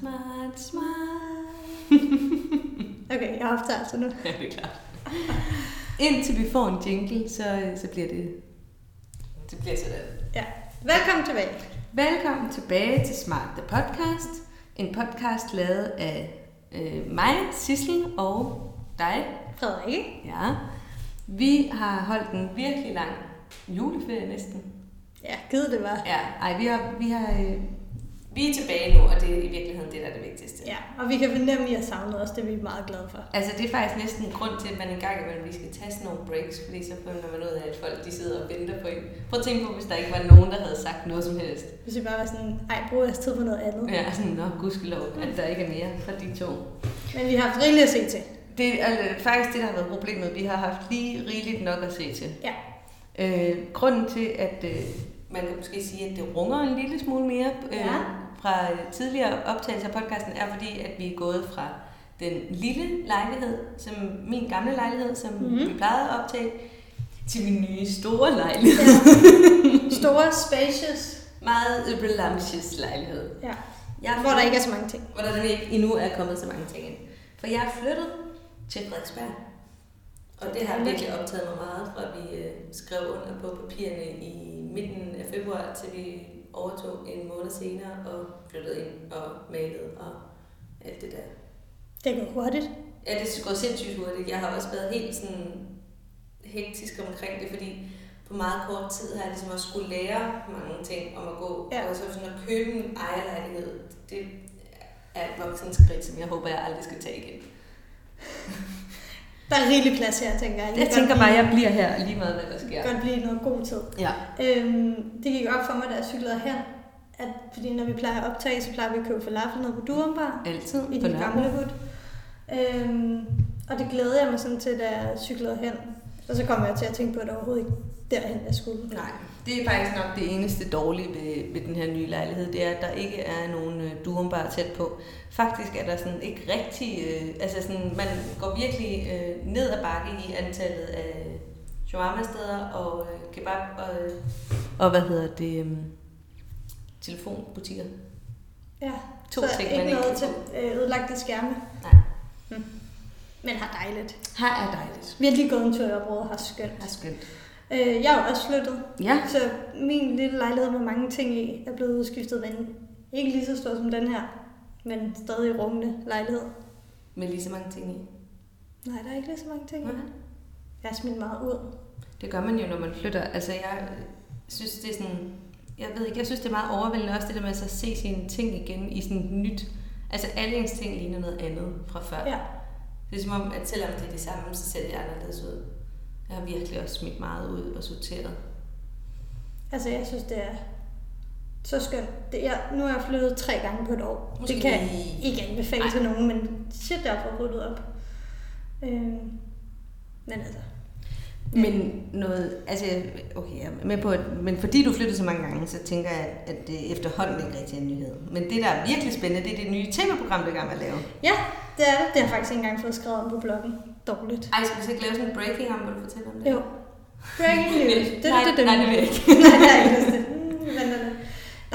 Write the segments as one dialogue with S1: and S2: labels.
S1: Smart, smart. okay, jeg optager altså nu.
S2: Ja, det er klart. Indtil vi får en jingle, så, så bliver det... Det bliver sådan.
S1: Ja. Velkommen tilbage.
S2: Velkommen tilbage til Smart The Podcast. En podcast lavet af øh, mig, Sissel og dig,
S1: Frederik.
S2: Ja. Vi har holdt en virkelig lang juleferie næsten.
S1: Ja, givet det var.
S2: Ja, ej, vi har... Vi, har, øh... vi er tilbage nu, og det er i virkeligheden det, der er det vigtigste.
S1: Ja, og vi kan fornemme, at I har savnet os. Det er vi meget glade for.
S2: Altså, det er faktisk næsten en grund til, at man engang imellem lige skal tage sådan nogle breaks, fordi så finder man ud af, at folk de sidder og venter på en. Prøv at tænke på, hvis der ikke var nogen, der havde sagt noget som helst.
S1: Hvis I bare var sådan, ej, brug jeres tid på noget andet. Ja.
S2: Ja, sådan, nå, gudskelov, at der ikke er mere fra de to.
S1: Men vi har haft rigeligt at se til.
S2: Det er altså, faktisk det, der har været problemet. Vi har haft lige rigeligt nok at se til.
S1: Ja.
S2: Øh, grunden til, at øh, man kan måske sige, at det runger en lille smule mere øh,
S1: Ja.
S2: ja. fra øh, tidligere optagelser af podcasten, er fordi, at vi er gået fra den lille lejlighed, som min gamle lejlighed, som
S1: Mhm.
S2: mm-hmm. vi plejede at optage, til min nye store lejlighed.
S1: ja. Store, spacious.
S2: Meget øbelambsjes lejlighed.
S1: Ja.
S2: Jeg
S1: Hvor der ikke er så mange ting.
S2: hvor der ikke endnu er kommet så mange ting ind. For jeg er flyttet til Frederiksberg. Og det har virkelig optaget mig meget, fra vi øh, skrev under på papirerne i midten af februar, til vi overtog en måned senere og flyttede ind og malede og alt det der.
S1: Det går hurtigt.
S2: Ja, det går sindssygt hurtigt. Jeg har også været helt sådan hektisk omkring det, fordi på meget kort tid har jeg ligesom også skulle lære mange ting om at gå.
S1: Ja.
S2: Ja. Og så sådan at købe en ejerlejlighed, det er et voksen skridt, som jeg håber, jeg aldrig skal tage igen.
S1: Der er rigelig plads her, tænker jeg. I
S2: Jeg
S1: kan
S2: tænker
S1: godt
S2: bare,
S1: blive-
S2: jeg bliver her lige meget, hvad der sker.
S1: godt blive noget god tid.
S2: Ja.
S1: Øhm, det gik op for mig, da jeg cyklede her, at fordi når vi plejer at optage, så plejer vi at købe falafel ned på Durumbar.
S2: Altid
S1: i
S2: på
S1: den gamle
S2: Nørrebro.
S1: hud. Øhm, og det glædede jeg mig sådan til, da jeg cyklede hen. Og så kom jeg til at tænke på, at det overhovedet ikke derhen, jeg skulle.
S2: Nej, det er faktisk nok det eneste dårlige ved, ved den her nye lejlighed, det er, at der ikke er nogen øh, durumbar tæt på. Faktisk er der sådan ikke rigtig, øh, altså sådan, man går virkelig øh, ned ad bakke i antallet af shawarma-steder og øh, kebab og, øh, og hvad hedder det, øh, telefonbutikker.
S1: Ja,
S2: To
S1: så
S2: ting,
S1: ikke
S2: man
S1: noget
S2: ikke
S1: til
S2: kan få.
S1: øh, ødelagte skærme.
S2: Nej.
S1: Hm. Men har dejligt.
S2: Her er dejligt.
S1: Vi har lige gået en tur i området, har skønt.
S2: Her er skønt.
S1: Øh, jeg er jo også flyttet,
S2: Ja,
S1: så min lille lejlighed med mange ting i er blevet udskiftet med en ikke lige så stor som den her, men stadig rummende lejlighed.
S2: med lige så mange ting i.
S1: Nej, der er ikke lige så mange ting i.
S2: Nej.
S1: Jeg har smidt meget ud.
S2: Det gør man jo, når man flytter. Altså, jeg øh, synes, det er sådan... Jeg ved ikke, jeg synes, det er meget overvældende også, det der med at så se sine ting igen i sådan et nyt... Altså, alle ens ting ligner noget andet fra før.
S1: Ja.
S2: Det er som om, at selvom det er det samme, så ser det anderledes ud. Jeg har virkelig også smidt meget ud og sorteret.
S1: Altså, jeg synes, det er så skønt. Det, jeg, nu har jeg flyttet tre gange på et år. Måske
S2: Måske
S1: det kan jeg
S2: lige-
S1: ikke anbefale
S2: Ej.
S1: til nogen, men shit, jeg har fået ryddet op. Øhm, men altså,
S2: Men noget, altså, okay, jeg er med på, at, men fordi du flyttede så mange gange, så tænker jeg, at det efterhånden ikke rigtig er en nyhed. Men det, der er virkelig spændende, det er det nye tv-program, du er i gang med at lave.
S1: ja, det er det. Det har jeg faktisk ikke engang fået skrevet om på bloggen. Dårligt.
S2: Ej, skal vi så ikke lave sådan en breaking om, hvor du fortæller om det?
S1: Jo. Breaking news. Det,
S2: nej,
S1: det, det,
S2: nej, det vil jeg ikke.
S1: nej, jeg har ikke lyst til det. Mm, vent, vent, vent.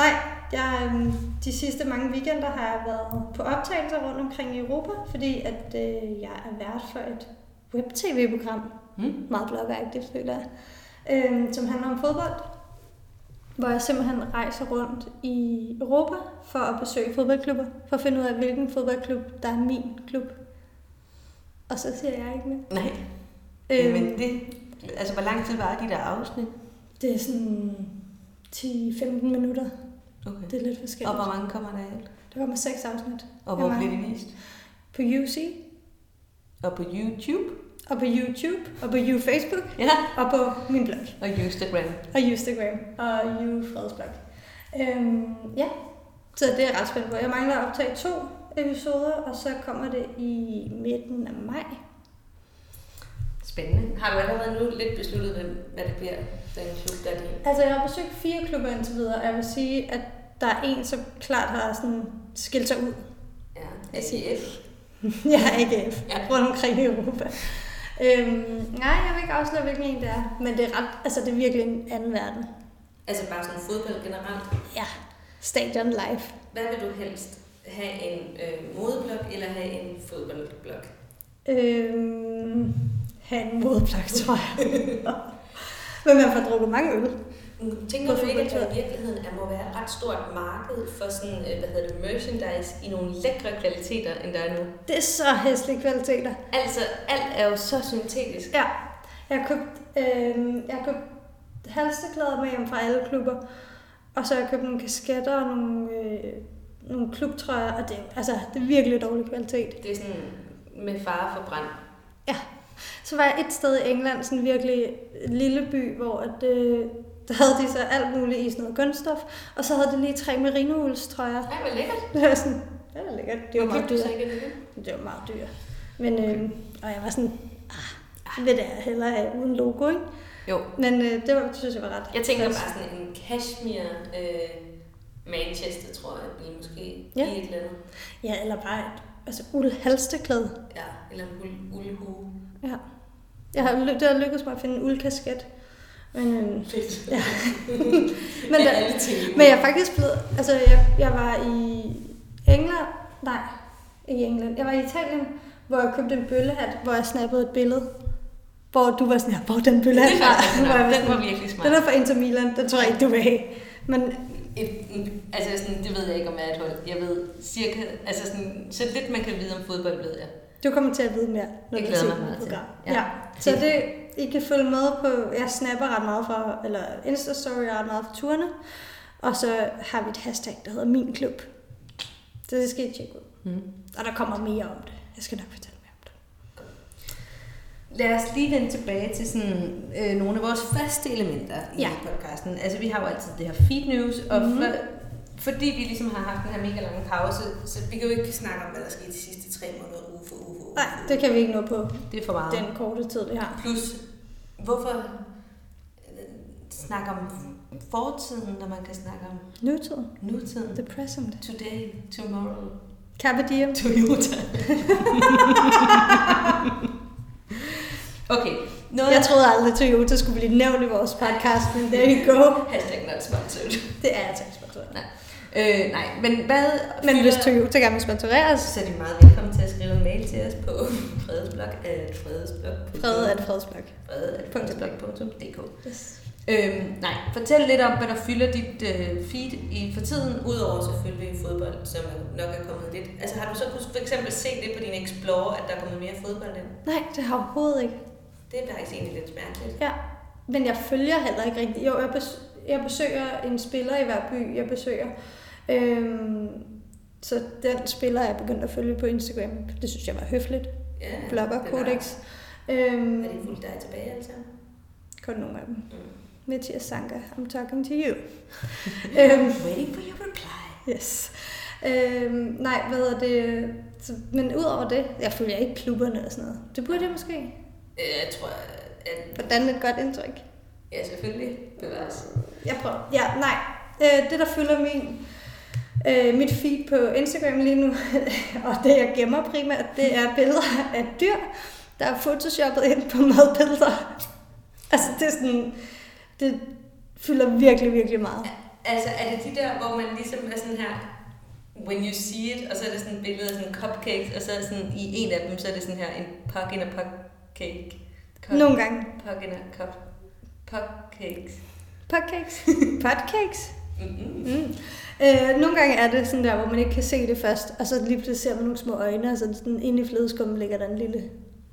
S1: Nej, jeg, øhm, de sidste mange weekender har jeg været på optagelser rundt omkring i Europa, fordi at øh, jeg er vært for et web-tv-program,
S2: Hmm?
S1: meget blogagtigt, føler jeg, øhm, som handler om fodbold. Hvor jeg simpelthen rejser rundt i Europa for at besøge fodboldklubber, for at finde ud af, hvilken fodboldklub, der er min klub. Og så siger jeg ikke mere.
S2: Nej, Øhm. Men det, altså, hvor lang tid var de der afsnit?
S1: det er sådan 10-15 minutter.
S2: Okay.
S1: Det er lidt
S2: Og
S1: forskelligt.
S2: hvor mange kommer der alt?
S1: Der kommer seks afsnit
S2: Og hvor
S1: Hvor mange?
S2: blev de vist?
S1: på UC,
S2: Og på YouTube?
S1: og på YouTube, og på YouFacebook,
S2: Ja.
S1: og på min blog,
S2: Og Instagram.
S1: og Instagram, og YouFreds blog. Øhm, ja, så det er jeg ret spændt på. Jeg mangler at optage to episoder, og så kommer det i midten af maj.
S2: Spændende. Har du allerede nu lidt besluttet, hvem- hvad det bliver for en klub, der er din?
S1: Altså, jeg har besøgt fire klubber indtil videre, og jeg vil sige, at der er en, som klart har sådan skilt sig ud.
S2: Ja, ACF.
S1: Jeg er ikke F.
S2: Ja.
S1: rundt omkring i Europa. Øhm, nej, jeg vil ikke afsløre, hvilken en det er, men det er, ret, altså, det er virkelig en anden verden.
S2: Altså bare sådan fodbold generelt.
S1: Ja, stadion live.
S2: Hvad vil du helst? have en øh, modeblok eller have en fodboldblok?
S1: Øhm, have en modeplak, tror jeg. Men man får drukket mange øl.
S2: Tænker
S1: På
S2: du ikke, at der i
S1: fodboldtur.
S2: virkeligheden er, må være et ret stort marked for sådan, øh, hvad hedder det, merchandise i nogle lækre kvaliteter, end der er nu?
S1: Det er så hæslige kvaliteter.
S2: Altså, alt er jo så syntetisk.
S1: Ja, jeg har købt, øh, jeg har købt halsteklæder med hjem fra alle klubber. Og så har jeg købt nogle kasketter og nogle, øh, nogle klubtrøjer, og det, altså, det er virkelig dårlig kvalitet.
S2: Det er sådan med fare for brand.
S1: Så var jeg et sted i England, sådan virkelig en lille by, hvor at, øh, der havde de så alt muligt i sådan noget kunststof, og så havde de lige tre merinoulstrøjer.
S2: Ej, hvor lækkert.
S1: Det var sådan, det var lækkert. Det var meget
S2: Købte du så
S1: dyrt.
S2: ikke en lille?
S1: Det var meget dyrt. Men, øh, og jeg var sådan, ah, vil det hellere have uden logo, ikke?
S2: Jo.
S1: Men øh, det, var, det synes jeg var ret.
S2: Jeg tænker
S1: fedt.
S2: bare sådan en cashmere øh, Manchester, tror jeg, i måske
S1: Ja.
S2: ja. i et eller andet.
S1: Ja, eller bare et altså, uld halsteklæde.
S2: Ja, eller en uld, uldhue.
S1: Ja. Jeg har, ly- det har lykkedes mig at finde en uldkasket. Men, øh,
S2: Fedt.
S1: ja.
S2: Men
S1: men,
S2: der,
S1: der,
S2: alle ting.
S1: men jeg er faktisk blevet... Altså, jeg, jeg var i England... Nej, ikke i England. Jeg var i Italien, hvor jeg købte en bøllehat, hvor jeg snappede et billede. Hvor du var sådan her, hvor er den
S2: det
S1: bøllehat
S2: er
S1: fra?"
S2: faktisk, den,
S1: Hvor jeg
S2: er, den
S1: sådan,
S2: var virkelig smart.
S1: Den er fra Inter Milan, den tror jeg ikke, du vil have. Men
S2: Et, en- altså sådan, det ved jeg ikke om jeg er et hold. Jeg ved cirka, altså sådan, så lidt man kan vide om fodbold, ved jeg.
S1: du kommer til at vide mere, når
S2: Det
S1: du
S2: glæder
S1: ser
S2: mig
S1: mit
S2: meget til.
S1: program.
S2: Ja.
S1: Ja. ja. Så det, I kan følge med på, jeg snapper ret meget fra, eller Insta-story ret meget fra turene. Og så har vi et hashtag, der hedder Min Klub. Så det skal I tjekke ud.
S2: Mm.
S1: Og der kommer mere om det. Jeg skal nok fortælle mere om det.
S2: Lad os lige vende tilbage til sådan, øh, nogle af vores faste elementer i ja.
S1: Ja.
S2: podcasten. Altså, vi har jo altid det her feed news, og mm-hmm.
S1: Mhm.
S2: for, fordi vi ligesom har haft den her mega lange pause, så vi kan jo ikke snakke om, hvad der skete de sidste tre måneder, uge for uge for uge.
S1: Nej, det kan vi ikke nå på
S2: det er for meget.
S1: den korte tid, vi har.
S2: Plus, hvorfor øh, snakke om fortiden, når man kan snakke om
S1: Nutiden.
S2: nutiden?
S1: The present.
S2: Today, tomorrow,
S1: Carpe diem.
S2: Toyota. okay, noget
S1: Jeg troede aldrig, at Toyota skulle blive nævnt i vores podcast, men there you go.
S2: Hashtag not sponsored.
S1: Det er jeg tænkt
S2: Øh, nej, men hvad...
S1: Men
S2: fylder-
S1: hvis Toyota gerne vil sponsorere os,
S2: Så er de meget velkommen til at skrive en mail til os på fredesblog at fredesblog.
S1: fred er et fredsblok.
S2: fredesblog.dk
S1: Yes.
S2: øhm, Nej, fortæl lidt om, hvad der fylder dit øh, feed i for tiden, udover selvfølgelig fodbold, som nok er kommet lidt. Altså har du så kunnet for eksempel se det på din Explorer, at der er kommet mere fodbold ind?
S1: Nej, det har jeg overhovedet ikke.
S2: Det er faktisk egentlig lidt mærkeligt.
S1: Ja, men jeg følger heller ikke rigtigt. Jo, jeg, bes- jeg besøger en spiller i hver by, jeg besøger. Øhm, så den spiller er jeg begyndt at følge på Instagram. Det synes jeg var høfligt.
S2: Ja,
S1: Blopper,
S2: det var-
S1: Codex.
S2: Har de
S1: Øhm,
S2: fulgt dig tilbage altså?
S1: kun nogle af dem.
S2: Mm.
S1: Mathias Sanka, I'm talking to you. øhm,
S2: Waiting for your reply.
S1: yes. Øhm, nej, hvad hedder det? Så, men udover det, jeg følger ikke klubberne og sådan noget. Det burde jeg måske.
S2: Øh, Jeg tror, at...
S1: Hvordan et godt indtryk?
S2: Ja, selvfølgelig. Det var også.
S1: Jeg prøver. Ja, nej. Øh, det, der fylder min, øh, mit feed på Instagram lige nu, og det, jeg gemmer primært, det er billeder af dyr, der er photoshoppet ind på madbilleder. Altså, det er sådan... Det fylder virkelig, virkelig meget.
S2: Altså, er det de der, hvor man ligesom er sådan her, when you see it, og så er det sådan et billede af sådan cupcakes, og så er det sådan, i en af dem, så er det sådan her, en puck in a puck cake. Cup,
S1: Nogle gange.
S2: Puck in a cup. Puck cakes.
S1: Potcakes. Potcakes.
S2: Mm-hmm.
S1: Mm. Øh, nogle gange er det sådan der, hvor man ikke kan se det først, og så lige pludselig ser man nogle små øjne, og så er det sådan inde i flødeskummen ligger der en lille...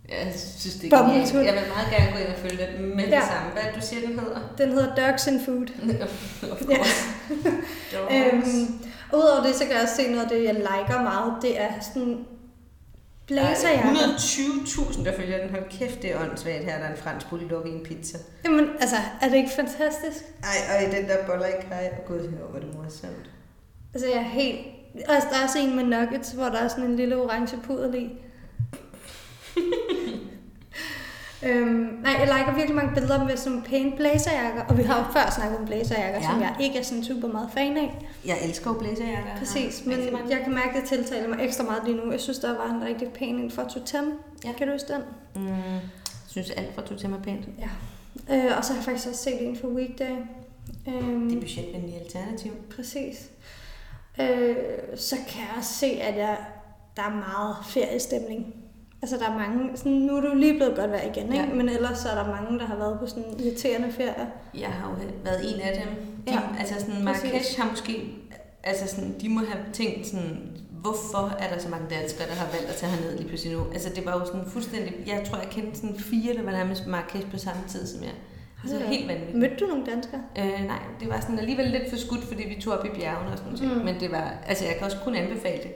S2: Jeg synes, det er
S1: Bobbeltun.
S2: genialt. Jeg vil meget gerne gå ind og følge det med ja. det
S1: Ja.
S2: samme. Hvad er det, du siger, den hedder?
S1: Den hedder Dogs and Food.
S2: of
S1: Ja.
S2: course. Dogs.
S1: Øhm, og udover det, så kan jeg også se noget af det, jeg liker meget. Det er sådan blazer
S2: Der er
S1: jeg.
S2: 120.000, der følger den. Hold kæft, det er åndssvagt her, der er en fransk bulldog i en pizza.
S1: Jamen, altså, er det ikke fantastisk?
S2: Ej, og i den der boller i kaj. Og gud, hvor er det morsomt.
S1: Altså, jeg er helt... Altså, der er også en med nuggets, hvor der er sådan en lille orange pudel i. øhm, nej, jeg liker virkelig mange billeder med sådan nogle pæne blazerjakker. Og vi har jo før snakket om blazerjakker,
S2: Ja.
S1: ja. som jeg ikke er sådan super meget fan af.
S2: Jeg elsker jo blæserjakker.
S1: Præcis, men jeg kan mærke, at det tiltaler mig ekstra meget lige nu. Jeg synes, der var en rigtig pæn en fra Totem.
S2: Ja.
S1: Ja. Kan du huske den?
S2: Mm, synes alt fra Totem er pænt.
S1: Ja, øh, og så har jeg faktisk også set en for Weekday.
S2: Det er
S1: Øhm,
S2: budgetvenlige alternativ.
S1: præcis. øh, så kan jeg også se, at jeg, der er meget feriestemning. Altså der er mange, sådan, nu er du lige blevet godt vejr igen, ikke?
S2: Ja.
S1: men ellers så er der mange, der har været på sådan irriterende ferier.
S2: Jeg har jo været en af dem. De,
S1: Ja,
S2: ja, altså sådan,
S1: præcis.
S2: Marrakesh har måske... Altså sådan, de må have tænkt sådan, hvorfor er der så mange danskere, der har valgt at tage herned lige pludselig nu? Altså det var jo sådan fuldstændig... Jeg tror, jeg kendte sådan fire, der var nærmest Marrakesh på samme tid som jeg. Altså
S1: Hold da
S2: helt vanvittigt.
S1: Mødte du nogle danskere?
S2: Øh, nej, det var sådan alligevel lidt for skudt, fordi vi tog op i bjergene og sådan noget.
S1: Mm.
S2: Mm. Men det var, altså jeg kan også kun anbefale det.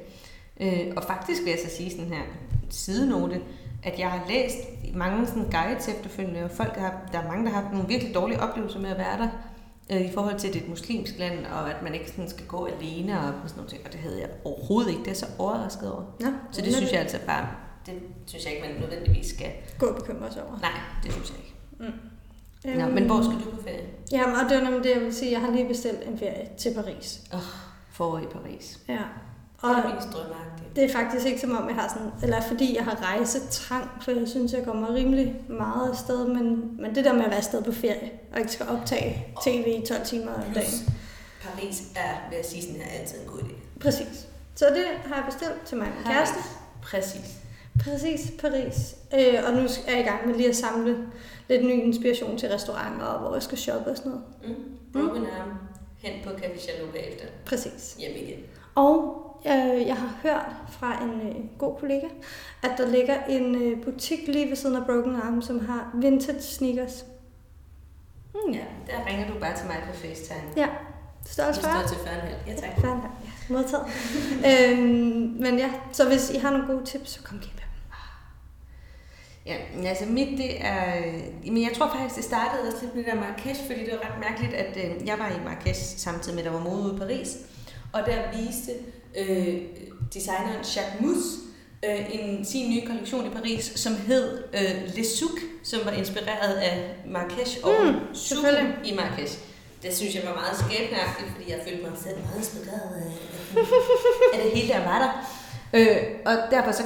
S2: Øh, og faktisk vil jeg så sige sådan her sidenote, at jeg har læst mange sådan guides efterfølgende, og folk har, der er mange, der har haft nogle virkelig dårlige oplevelser med at være der, øh, i forhold til, at det er et muslimsk land, og at man ikke sådan skal gå alene og sådan nogle ting. Og det havde jeg overhovedet ikke. Det er jeg så overrasket over.
S1: Nå,
S2: Så det synes jeg altså bare, det synes jeg ikke, man nødvendigvis skal.
S1: Gå og bekymre sig over.
S2: Nej, det synes jeg ikke. Nå, men hvor skal du på ferie?
S1: Øhm, Jamen, og det var nemlig det, jeg vil sige. Jeg har lige bestilt en ferie til Paris.
S2: Forår i Paris.
S1: Ja. Og
S2: Paris drømmeagtigt.
S1: det er faktisk ikke som om, jeg har sådan, eller fordi jeg har rejsetrang, for jeg synes, jeg kommer rimelig meget afsted, men, men det der med at være afsted på ferie, og ikke skal optage tv i 12 timer om dagen.
S2: Paris er, vil jeg sige sådan her, altid en god idé.
S1: Præcis. Så det har jeg bestilt til mig og min
S2: Hej.
S1: kæreste.
S2: Præcis.
S1: Præcis, Paris. Øh, og nu er jeg i gang med lige at samle lidt ny inspiration til restauranter, og hvor jeg skal shoppe og sådan noget.
S2: Mm.
S1: Broken
S2: arm. Hen på Café Chalupa efter.
S1: Præcis.
S2: Hjem igen.
S1: Og øh, jeg har hørt fra en øh, god kollega, at der ligger en øh, butik lige ved siden af Broken Arm, som har vintage sneakers. Hmm.
S2: Ja, der ringer du bare til mig på FaceTime.
S1: Ja. Størrelse 40?
S2: til 40 Ja, tak.
S1: Fair nok. Ja, modtaget. øhm, men ja, så hvis I har nogle gode tips, så kom kæmpe.
S2: Ja, men altså mit det er... øh, Men jeg tror faktisk, det startede også lidt med det der Marrakesh, fordi det var ret mærkeligt, at øh, jeg var i Marrakesh samtidig med, at der var mode ude i Paris. Og der viste øh, designeren Jacques Mus øh, en, sin nye kollektion i Paris, som hed øh, Le Souk, som var inspireret af Marrakesh og
S1: Mm,
S2: mm,
S1: selvfølgelig.
S2: i Marrakesh. Det synes jeg var meget skæbneagtigt, fordi jeg følte mig selv meget inspireret af, af det hele, der var der. Øh, og derfor så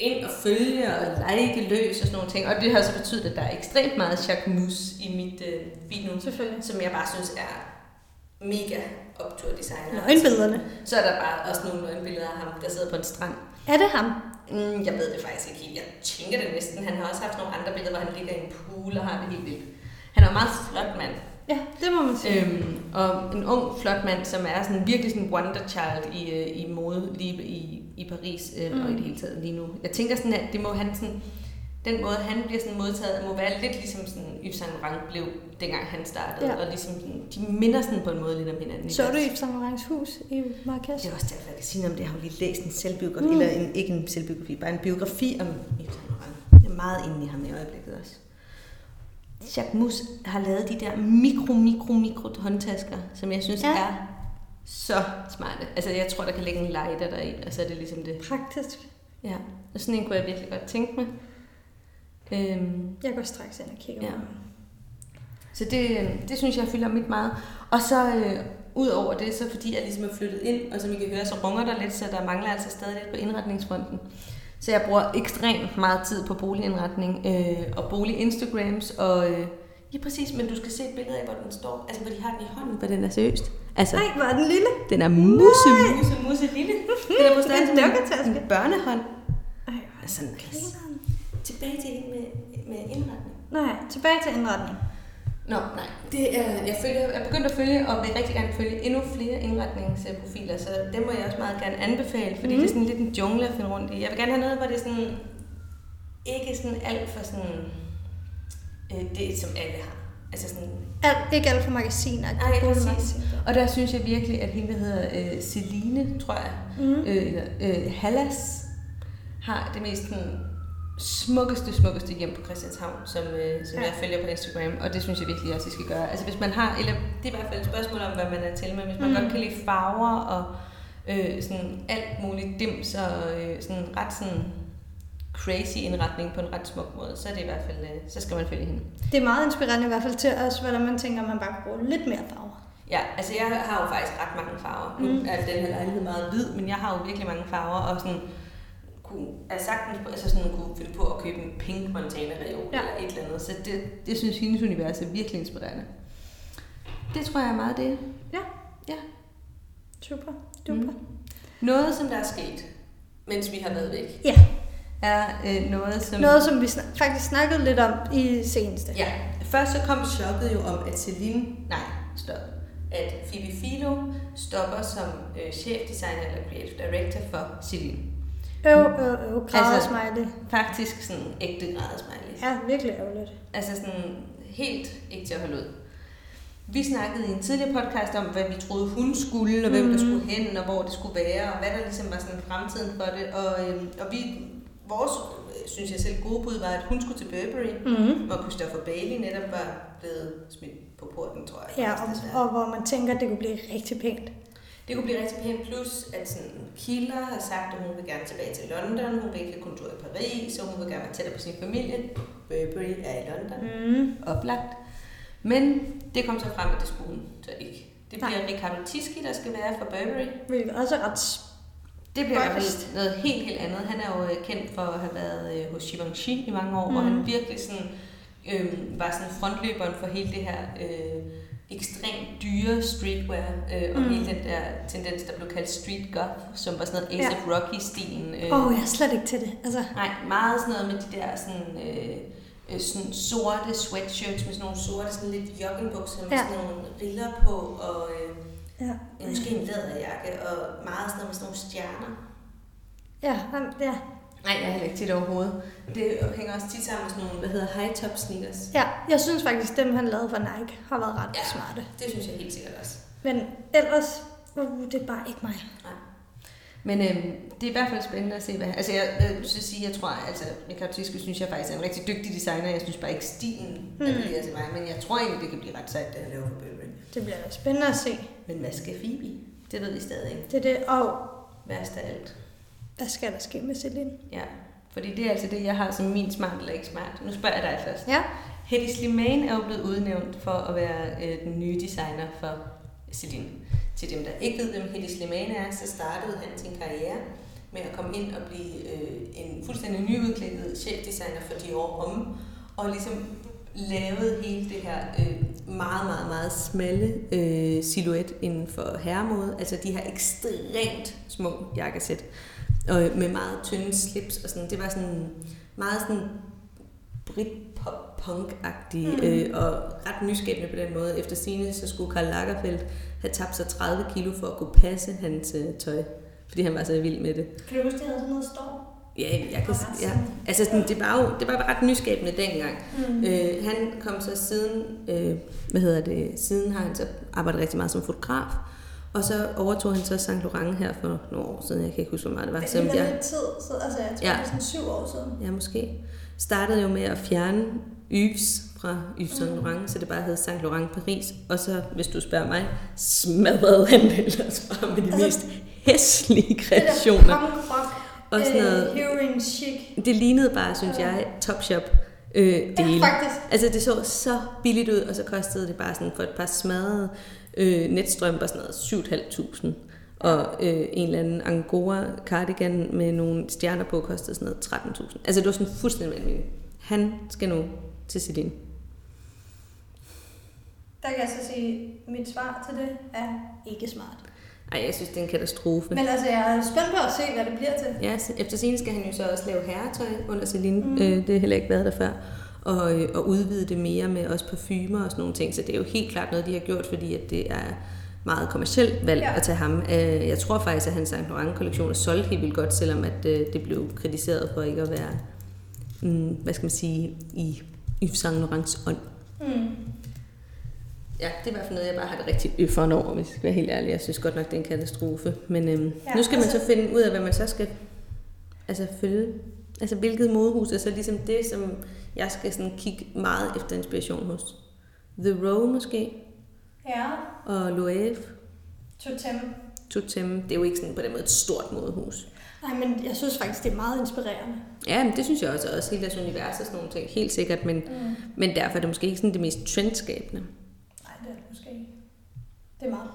S2: ind og følge og like løs og sådan nogle ting. Og det har så betydet, at der er ekstremt meget jacquemus i mit øh, video,
S1: Selvfølgelig.
S2: som jeg bare synes er mega optur designer.
S1: Nøgenbillederne.
S2: Så er der bare også nogle nøgenbilleder af ham, der sidder på en strand.
S1: Er det ham?
S2: Mm, jeg ved det faktisk ikke helt. Jeg tænker det næsten. Han har også haft nogle andre billeder, hvor han ligger i en pool og har det helt vildt. Han er en meget flot mand.
S1: Ja, det må man sige.
S2: Øhm, og en ung, flot mand, som er sådan virkelig sådan wonder child i, øh, i mode lige i, i Paris øh, mm. og i det hele taget lige nu. Jeg tænker sådan, at det må han sådan, den måde, han bliver sådan modtaget, må være lidt ligesom sådan Yves Saint Laurent blev, dengang han startede.
S1: Ja.
S2: Ja. Og ligesom, sådan- de minder sådan på en måde lidt om hinanden. i
S1: Så du
S2: deres-
S1: Yves Saint Laurents hus i Marrakesh?
S2: Det er også derfor, jeg kan sige noget om det. Jeg har jo lige læst en selvbiografi,
S1: Mm.
S2: mm. eller en, ikke en selvbiografi, bare en biografi om Yves Saint Laurent. Jeg er meget inde i ham i øjeblikket også. Jacques Mus har lavet de der mikro, mikro, mikro håndtasker, som jeg synes
S1: Ja.
S2: ja. er så smarte. Altså jeg tror, der kan ligge en lighter deri, og så er det ligesom det.
S1: Praktisk.
S2: Ja, og sådan en kunne jeg virkelig godt tænke mig. Øhm,
S1: Jeg går straks ind og kigger
S2: Ja.
S1: på ham.
S2: så det, øh, det synes jeg fylder mit meget. Og så øh, ud over det, så fordi jeg ligesom er flyttet ind, og som I kan høre, så runger der lidt, så der mangler altså stadig lidt på indretningsfronten. Så jeg bruger ekstremt meget tid på boligindretning øh, og bolig-instagrams. Og, øh, ja, præcis, men du skal se et billede af, hvor den står. Altså, hvor de har den i hånden, hvor den er seriøst. Altså,
S1: Nej, hvor er den lille?
S2: den er musse, musse, musse lille. Den er på
S1: En
S2: størrelse med en-
S1: dukketaske.
S2: en børnehånd.
S1: Ej,
S2: Altså, nice.
S1: hvor
S2: Tilbage til hende med, med indretning.
S1: Nej, tilbage til indretning.
S2: Nå, nej. Det er, jeg, følger, jeg er begyndt at følge, og vil rigtig gerne følge endnu flere indretningsprofiler, så det må jeg også meget gerne anbefale, fordi mm.
S1: Mm.
S2: det er sådan lidt en jungle at finde rundt i. Jeg vil gerne have noget, hvor det er sådan, ikke sådan alt for sådan, øh, det som alle har. Altså sådan,
S1: Alt, ikke alt for magasiner.
S2: Nej, præcis. og der synes jeg virkelig, at hende, der hedder øh, Celine, tror jeg,
S1: Mm.
S2: øh, eller øh, Hallas, har det mest sådan, smukkeste, smukkeste hjem på Christianshavn, som, øh, som
S1: Ja.
S2: ja. jeg følger på Instagram, og det synes jeg virkelig også, I skal gøre. Altså hvis man har, eller det er i hvert fald et spørgsmål om, hvad man er til med, hvis man
S1: Mm.
S2: mm. godt kan lide farver og øh, sådan alt muligt dims og øh, sådan ret sådan crazy indretning på en ret smuk måde, så er det i hvert fald, øh, så skal man følge hende.
S1: Det er meget inspirerende i hvert fald til os, hvordan man tænker, at man bare kan bruge lidt mere farver.
S2: Ja, altså jeg har jo faktisk ret mange farver. Nu
S1: Mm.
S2: er den her lejlighed meget hvid, men jeg har jo virkelig mange farver, og sådan kunne, er sagtens på, altså sådan kunne finde på at købe en pink Montana reol
S1: Ja.
S2: ja. eller et eller andet. Så det, det synes hendes univers er virkelig inspirerende. Det tror jeg er meget det.
S1: Ja.
S2: Ja.
S1: Super, duper.
S2: Mm. Noget, som der er sket, mens vi har været væk,
S1: Ja.
S2: er øh, noget, som...
S1: Noget, som vi snak- faktisk snakkede lidt om i seneste.
S2: Ja, først så kom chokket jo om, at Celine... Nej, stop. At Phoebe Philo stopper som øh, chefdesigner eller creative director for Celine.
S1: Øv, øv, øv, græder
S2: Altså-
S1: altså, smiley.
S2: Faktisk sådan ægte grædesmiley.
S1: Ja, virkelig ærgerligt.
S2: Altså sådan helt ikke til at holde ud. Vi snakkede i en tidligere podcast om, hvad vi troede, hun skulle, og hvem der
S1: Mhm.
S2: skulle hen, og hvor det skulle være, og hvad der ligesom var sådan fremtiden for det. Og, øhm, og vi, vores, øh, synes jeg selv, gode bud var, at hun skulle til Burberry,
S1: Mm.
S2: hvor Christopher Bailey netop var blevet smidt på porten, tror jeg.
S1: Ja,
S2: faktisk,
S1: og,
S2: desværre.
S1: og hvor man tænker, at det kunne blive rigtig pænt.
S2: Det kunne blive rigtig pænt, plus at sådan, Kilder har sagt, at hun vil gerne tilbage til London, hun vil ikke have kontor i Paris, og hun vil gerne være tættere på sin familie. Burberry er i London
S1: Mm.
S2: oplagt. Men det kom så frem, at det skulle hun så ikke. Det
S1: Nej.
S2: bliver Ricardo Tisci, der skal være for Burberry.
S1: Hvilket også er ret s-
S2: Det bliver i hvert fald
S1: Faktisk.
S2: noget helt, helt andet. Han er jo øh, kendt for at have været øh, hos Givenchy i mange år, mm.
S1: Mm.
S2: hvor han virkelig sådan, øh, var sådan frontløberen for hele det her øh, ekstremt dyre streetwear, øh, og mm.
S1: Mm.
S2: hele den der tendens, der blev kaldt street goth, som var sådan noget A$AP ja. Rocky-stilen. Øh,
S1: Åh, oh, jeg er slet ikke til det. Altså,
S2: Nej, meget sådan noget med de der sådan, øh, øh, sådan sorte sweatshirts med sådan nogle sorte, sådan lidt joggingbukser med
S1: Ja.
S2: sådan nogle riller på, og øh,
S1: ja.
S2: en- måske en læderjakke, og meget sådan noget med sådan nogle stjerner.
S1: Ja, ham, ja.
S2: Nej, jeg er heller ikke til det overhovedet. Det hænger også tit sammen med sådan nogle, hvad hedder high top sneakers.
S1: ja, jeg synes faktisk, dem han lavede for Nike har været ret
S2: Ja.
S1: ja. smarte.
S2: Det synes jeg helt sikkert også.
S1: Men ellers, uh, det er bare ikke mig.
S2: Men øh, det er i hvert fald spændende at se, hvad... Altså, jeg, jeg vil så sige, jeg tror, altså, Michael Tyske synes jeg faktisk er en rigtig dygtig designer. Jeg synes bare ikke stilen mm.
S1: Mm.
S2: appellerer til mig, men jeg tror egentlig, det kan blive ret sejt, det han laver for Burberry.
S1: Det bliver da spændende at se.
S2: Men hvad skal Phoebe? Det ved vi stadig ikke.
S1: Det er det, og
S2: Værst af alt.
S1: hvad skal der ske med Celine?
S2: Ja. Fordi det er altså det, jeg har som min smart eller ikke smart. Nu spørger jeg dig først.
S1: Ja.
S2: Hedy Slimane er jo blevet udnævnt for at være øh, den nye designer for Celine. Til dem, der ikke ved, hvem Hedy Slimane er, så startede han sin karriere med at komme ind og blive øh, en fuldstændig nyudklædet chefdesigner for Dior om, og ligesom lavede hele det her øh, meget, meget, meget smalle øh, silhuet inden for herremode. Altså de her ekstremt små jakkesæt, og øh, med meget tynde slips og sådan. Det var sådan meget sådan britpop-punk-agtig mm.
S1: Mm.
S2: øh, og ret nyskabende på den måde. Efter sine så skulle Karl Lagerfeldt have tabt sig 30 kilo for at kunne passe hans øh, tøj, fordi han var så vild med det.
S1: Kan du huske, det havde sådan noget storm?
S2: Ja, jeg kan, ja. Altså, sådan, det var jo det var ret nyskabende dengang.
S1: Mm.
S2: Øh, han kom så siden, øh, hvad hedder det, siden har han så arbejdet rigtig meget som fotograf, og så overtog han så Saint Laurent her for nogle år siden, jeg kan ikke huske, hvor meget det var. selvom jeg-
S1: lidt tid siden, altså jeg
S2: tror, Ja. det er
S1: sådan syv år siden.
S2: Ja, måske. Startede jo med at fjerne Yves fra Yves Saint Laurent, så det bare hed Saint Laurent Paris. Og så, hvis du spørger mig, smadrede han det ellers bare med de altså,
S1: Altså,
S2: mest hæslige kreationer.
S1: punk rock,
S2: Og sådan noget.
S1: øh, heroin chic.
S2: Det lignede bare, synes jeg, Topshop. Øh, det hele.
S1: faktisk.
S2: Altså, det så så billigt ud, og så kostede det bare sådan for et par smadrede øh, netstrømper sådan noget 7.500. Og øh, en eller anden angora cardigan med nogle stjerner på kostede sådan noget 13.000. Altså, det var sådan fuldstændig vanvittigt. Han skal nu til Celine.
S1: Der kan jeg så sige, at mit svar til det er ikke smart.
S2: Ej, jeg synes, det er en katastrofe.
S1: Men altså, jeg er spændt på at se, hvad det bliver til.
S2: Ja, så efter scene skal han jo så også lave herretøj under Celine. Mm. Øh, det har heller ikke været der før. Og, øh, og udvide det mere med også parfumer og sådan nogle ting. Så det er jo helt klart noget, de har gjort, fordi at det er meget kommercielt valg ja.
S1: Ja.
S2: at tage ham. Øh, jeg tror faktisk, at hans Saint Laurent-kollektion er solgt helt vildt godt, selvom at øh, det blev kritiseret for ikke at være, mm, hvad skal man sige, i Yves Saint Laurents ånd.
S1: Mm.
S2: Ja, det er i hvert fald noget, jeg bare har det rigtig øfferen over, hvis jeg skal være helt ærlig. Jeg synes godt nok, det er en katastrofe. Men øhm, ja,
S1: Ja,
S2: nu skal man
S1: altså-
S2: så finde ud af, hvad man så skal altså, følge. Altså, hvilket modehus er så ligesom det, som jeg skal sådan kigge meget efter inspiration hos. The Row måske,
S1: Ja,
S2: og Loewe,
S1: totem.
S2: Totem. Det er jo ikke sådan på den måde et stort modehus.
S1: Nej, men jeg synes faktisk, det er meget inspirerende.
S2: Ja, men det synes jeg også, og også hele deres univers og sådan nogle ting, helt sikkert. Men,
S1: Mm.
S2: men derfor er det måske ikke sådan det mest trendskabende.
S1: Nej, det er det måske ikke. Det er meget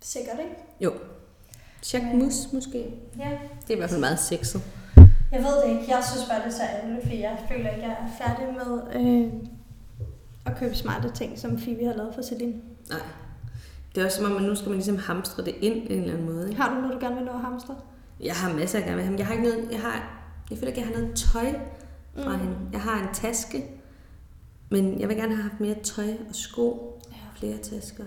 S1: sikkert, ikke?
S2: Jacques Mus måske.
S1: Ja.
S2: Det er i hvert fald meget sexet.
S1: Jeg ved det ikke. Jeg synes bare, det er så ærgerligt, fordi jeg føler ikke, jeg er færdig med øh, at købe smarte ting, som Phoebe har lavet for Celine.
S2: Nej. Det er også som om, at nu skal man ligesom hamstre det ind på en eller anden måde. Ikke?
S1: Har du noget, du gerne vil nå at hamstre?
S2: Jeg har masser af gerne med ham. Jeg har ikke noget, jeg har, jeg føler ikke, jeg har noget tøj fra mm. hende. Jeg har en taske, men jeg vil gerne have haft mere tøj og sko.
S1: Ja.
S2: Flere tasker.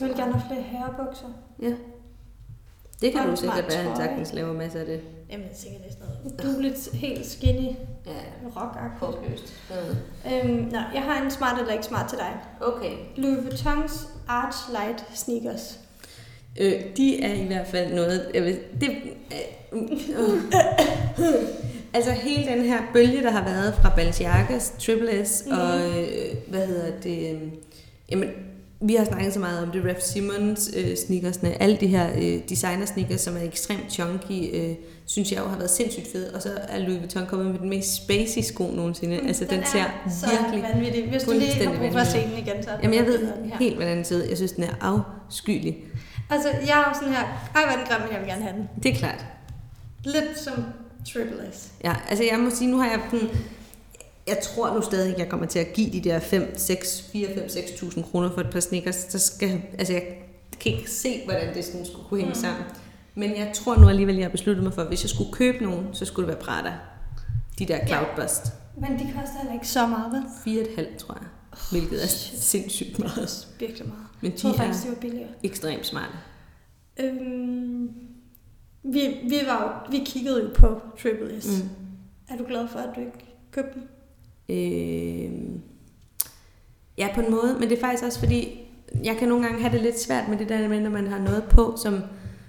S1: Jeg vil gerne have flere herrebukser.
S2: Ja. Det kan
S1: Og
S2: du
S1: en
S2: sikkert
S1: smart
S2: være, at han
S1: trøje.
S2: sagtens laver masser af det.
S1: Jamen, jeg tænker, det er sådan noget. Du er lidt helt skinny
S2: Ja, ja.
S1: rock
S3: Håbløst.
S1: øhm, Nå, jeg har en smart eller ikke smart til dig.
S2: Okay.
S1: Louis Vuittons Arch Light sneakers.
S2: Øh, de er i hvert fald noget... Jeg vil, det, øh, øh, øh. altså hele den her bølge, der har været fra Balenciagas, Triple S
S1: Mhm.
S2: og... Øh, hvad hedder det? Øh, jamen, vi har snakket så meget om det. Raf Simons øh, sneakersne, alle de her øh, designer sneakers, som er ekstremt chunky, øh, synes jeg jo har været sindssygt fede. Og så er Louis Vuitton kommet med den mest spacey sko nogensinde. Mm, altså den, den ser
S1: er så
S2: virkelig
S1: vanvittig. Hvis du lige har
S2: fuldstændig
S1: brug for at se
S2: vanvittig.
S1: den igen, så er den
S2: Jamen jeg ved
S1: den her.
S2: helt, hvordan den ser ud. Jeg synes, den er afskyelig.
S1: Altså, jeg er jo sådan her, ej, hvor er den grim, men jeg vil gerne have den.
S2: Det er klart.
S1: Lidt som Triple S.
S2: Ja, altså jeg må sige, nu har jeg den... Jeg tror nu stadig, jeg kommer til at give de der 5, 6, 4, 5, 6.000 kroner for et par sneakers. Så skal, altså jeg kan ikke se, hvordan det sådan skulle kunne hænge
S1: Mm.
S2: mm. sammen. Men jeg tror nu alligevel, jeg har besluttet mig for, at hvis jeg skulle købe nogen, så skulle det være Prada. De der Cloudburst.
S1: Men de koster heller ikke så meget, vel?
S2: 4,5 tror jeg. Hvilket er
S1: Shit.
S2: sindssygt meget.
S1: Virkelig meget.
S2: Men
S1: Jeg
S2: de
S1: troede faktisk,
S2: er
S1: det var billigere.
S2: ekstremt smarte.
S1: Øhm, vi, vi, var jo, vi kiggede jo på Triple S. Mm.
S2: Mm.
S1: Er du glad for, at du ikke købte dem?
S2: Øh, ja, på en måde, men det er faktisk også fordi, jeg kan nogle gange have det lidt svært med det der med, når man har noget på, som...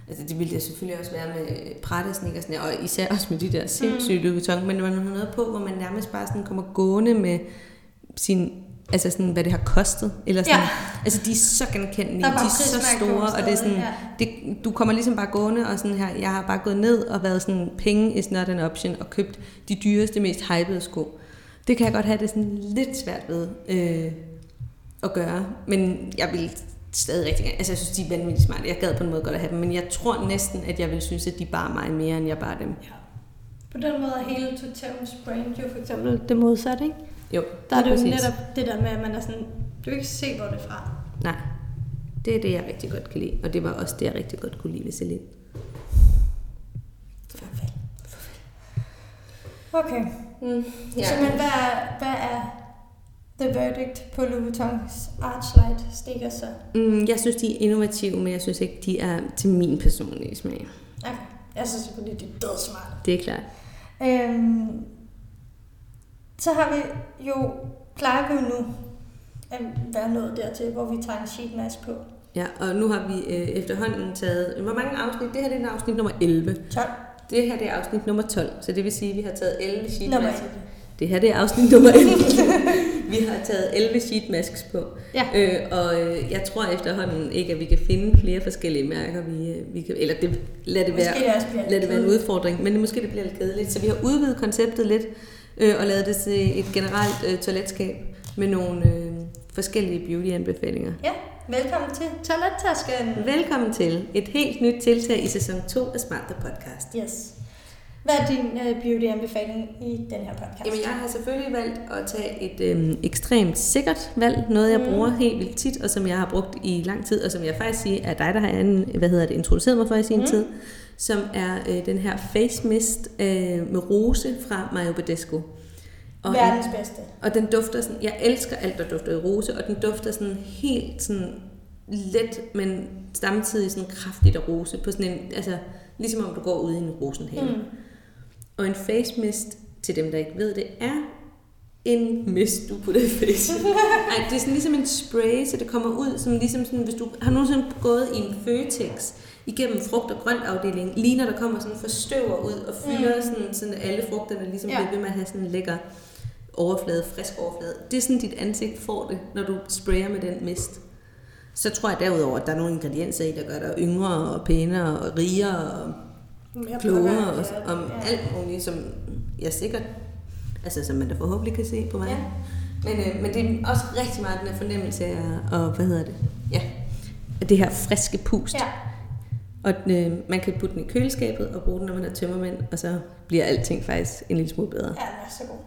S2: Altså, det ville jeg selvfølgelig også være med Prada-sneakersne, og især også med de der sindssyge mm. Louis Vuitton, men når man har noget på, hvor man nærmest bare sådan kommer gående med sin... Altså sådan, hvad det har kostet, eller sådan...
S1: Ja.
S2: Altså, de er så genkendelige,
S1: Der er
S2: de
S1: bare
S2: er så
S1: prismærke på
S2: store, og det er
S1: stadig,
S2: sådan...
S1: ja.
S2: Det, du kommer ligesom bare gående og sådan her, jeg har bare gået ned og været sådan, penge is not an option, og købt de dyreste, mest hypede sko. Det kan jeg godt have det sådan lidt svært ved øh, at gøre, men jeg vil stadig rigtig gerne, altså jeg synes, de er vanvittigt smarte, jeg gad på en måde godt at have dem, men jeg tror næsten, at jeg vil synes, at de bare mig mere, end jeg bare dem.
S1: Ja. På den måde er hele Totems brand jo for eksempel det modsatte, ikke?
S2: Jo,
S1: Der er det
S2: lige
S1: jo
S2: præcis.
S1: netop det der med, at man er sådan, du kan ikke se, hvor det er fra.
S2: Nej, det er det, jeg rigtig godt kan lide, og det var også det, jeg rigtig godt kunne lide ved Celine.
S1: Forfald. Okay.
S2: Mm,
S1: Ja. Så men hvad er, hvad er the verdict på Louis Vuittons Archlight stikker så?
S2: Mm, jeg synes, de er innovative, men jeg synes ikke, de er til min personlige smag.
S1: Okay. Jeg synes selvfølgelig, det er dødsmart.
S2: Det er klart.
S1: Øhm, så har vi jo, plejer vi jo nu at være nået dertil, hvor vi tager en sheetmask på.
S2: Ja, og nu har vi øh, efterhånden taget... Hvor mange afsnit? Det her det er afsnit nummer 11.
S1: 12.
S2: Det her det er afsnit nummer 12, så det vil sige, at vi har taget 11
S1: Nummer
S2: sheetmasks.
S1: 11.
S2: Det her det er afsnit nummer 11. vi har taget 11 sheetmasks på.
S1: Ja.
S2: Øh, og øh, jeg tror efterhånden ikke, at vi kan finde flere forskellige mærker. Vi, øh, vi kan, eller det, lad det være
S1: Måske det også bliver
S2: lad det være en
S1: kedeligt.
S2: udfordring, men måske det bliver lidt kedeligt. Så vi har udvidet konceptet lidt øh, og lavet det til et generelt øh, toiletskab med nogle øh, forskellige beauty-anbefalinger.
S1: Ja, velkommen til toilettasken.
S2: Velkommen til et helt nyt tiltag i sæson 2 af Smart The Podcast.
S1: Yes. Hvad er din uh, beauty-anbefaling i den her podcast?
S2: Jamen, jeg har selvfølgelig valgt at tage et øhm, ekstremt sikkert valg, noget jeg
S1: Mm.
S2: mm. bruger helt vildt tit, og som jeg har brugt i lang tid, og som jeg faktisk siger er dig, der har anden, hvad hedder det, introduceret mig for i sin
S1: Mm.
S2: mm. tid, som er øh, den her face mist øh, med rose fra Mario Badescu. Og,
S1: Verdens bedste.
S2: og den dufter sådan, jeg elsker alt, der dufter i rose, og den dufter sådan helt sådan let, men samtidig sådan kraftigt af rose, på sådan en, altså ligesom om du går ude i en rosenhave. Mm.
S1: Mm.
S2: Og en face mist, til dem der ikke ved det, er en mist, du putter i face. Ej, det er sådan ligesom en spray, så det kommer ud, som ligesom sådan, hvis du har nogensinde gået i en Føtex igennem frugt- og grøntafdelingen, lige når der kommer sådan forstøver ud og fylder
S1: Mm.
S2: mm. sådan, sådan alle frugterne, ligesom
S1: Ja.
S2: ja. bliver ved med at have sådan en lækker overflade, frisk overflade. Det er sådan, dit ansigt får det, når du sprayer med den mist. Så tror jeg derudover, at der er nogle ingredienser i, der gør dig yngre og pænere og rigere og
S1: Mere
S2: klogere
S1: pokker,
S2: og
S1: ja.
S2: om
S1: Ja.
S2: alt muligt, som jeg sikkert, altså som man da forhåbentlig kan se på mig.
S1: Ja.
S2: Ja. Men, øh, men det er også rigtig meget den her fornemmelse af, og hvad hedder det, ja, af det her friske pust.
S1: Ja.
S2: Og den, øh, man kan putte den i køleskabet og bruge den, når man er tømmermænd, og så bliver alting faktisk en lille smule bedre.
S1: Ja, den er så god.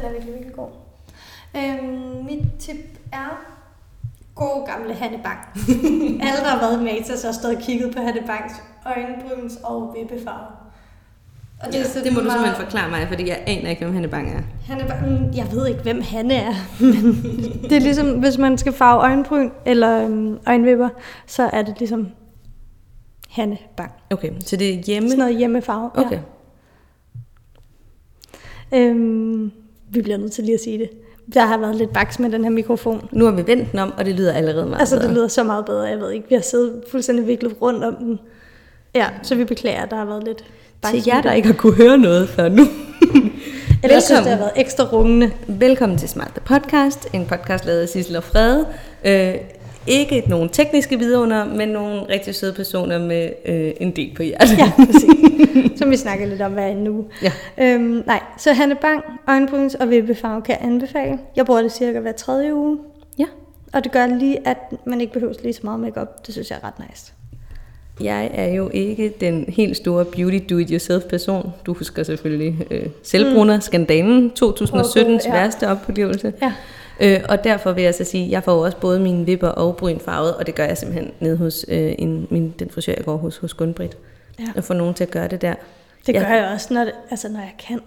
S1: Den er virkelig, virkelig god. Øhm, mit tip er god gamle Hanne Bang. Alle, der har været med Matas, har stået og kigget på Hanne Bangs øjenbryns og vippefarve. Og
S2: Ja, det må du simpelthen forklare mig, fordi jeg aner ikke, hvem Hanne Bang er.
S1: Han er bare, "Mm, jeg ved ikke, hvem han er. Men det er ligesom, hvis man skal farve øjenbryn eller øhm, øjenvipper, så er det ligesom Hanne Bang.
S2: Okay, så det er hjemme?
S1: Sådan noget hjemmefarve.
S2: Okay.
S1: Ja. Øhm, vi bliver nødt til lige at sige det. Der har været lidt baks med den her mikrofon.
S2: Nu har vi vendt den om, og det lyder allerede meget
S1: Altså,
S2: bedre.
S1: det lyder så meget bedre, jeg ved ikke. Vi har siddet fuldstændig viklet rundt om den. Ja, så vi beklager, at der har været lidt baks
S2: Til jer,
S1: med
S2: der
S1: den.
S2: ikke har kunne høre noget før nu.
S1: Eller jeg synes, det har
S2: Velkommen.
S1: været ekstra rungende.
S2: Velkommen til Smart The Podcast, en podcast lavet af Sissel og Frede. Øh, ikke nogen tekniske vidunder, men nogle rigtig søde personer med øh, en del på hjertet.
S1: Ja, præcis. Som vi snakkede lidt om hver anden uge.
S2: ja.
S1: Øhm, nej, så Hanne Bang, øjenbryns og vippefarve kan jeg anbefale. Jeg bruger det cirka hver tredje uge,
S2: ja.
S1: og det gør lige, at man ikke behøver lige så meget makeup. Det synes jeg er ret nice.
S2: Jeg er jo ikke den helt store beauty do-it-yourself person. Du husker selvfølgelig øh, selvbrunner, mm. skandalen, 2017's
S1: Åh,
S2: oh,
S1: ja.
S2: ja. værste oplevelse.
S1: Ja.
S2: Øh, og derfor vil jeg så sige, at jeg får jo også både mine vipper og bryn farvet, og det gør jeg simpelthen nede hos øh, en, min, den frisør, jeg går hos, hos Gunbrit.
S1: Ja.
S2: Og få nogen til at gøre det der.
S1: Det
S2: Ja.
S1: gør jeg også, når, det, altså, når jeg kan.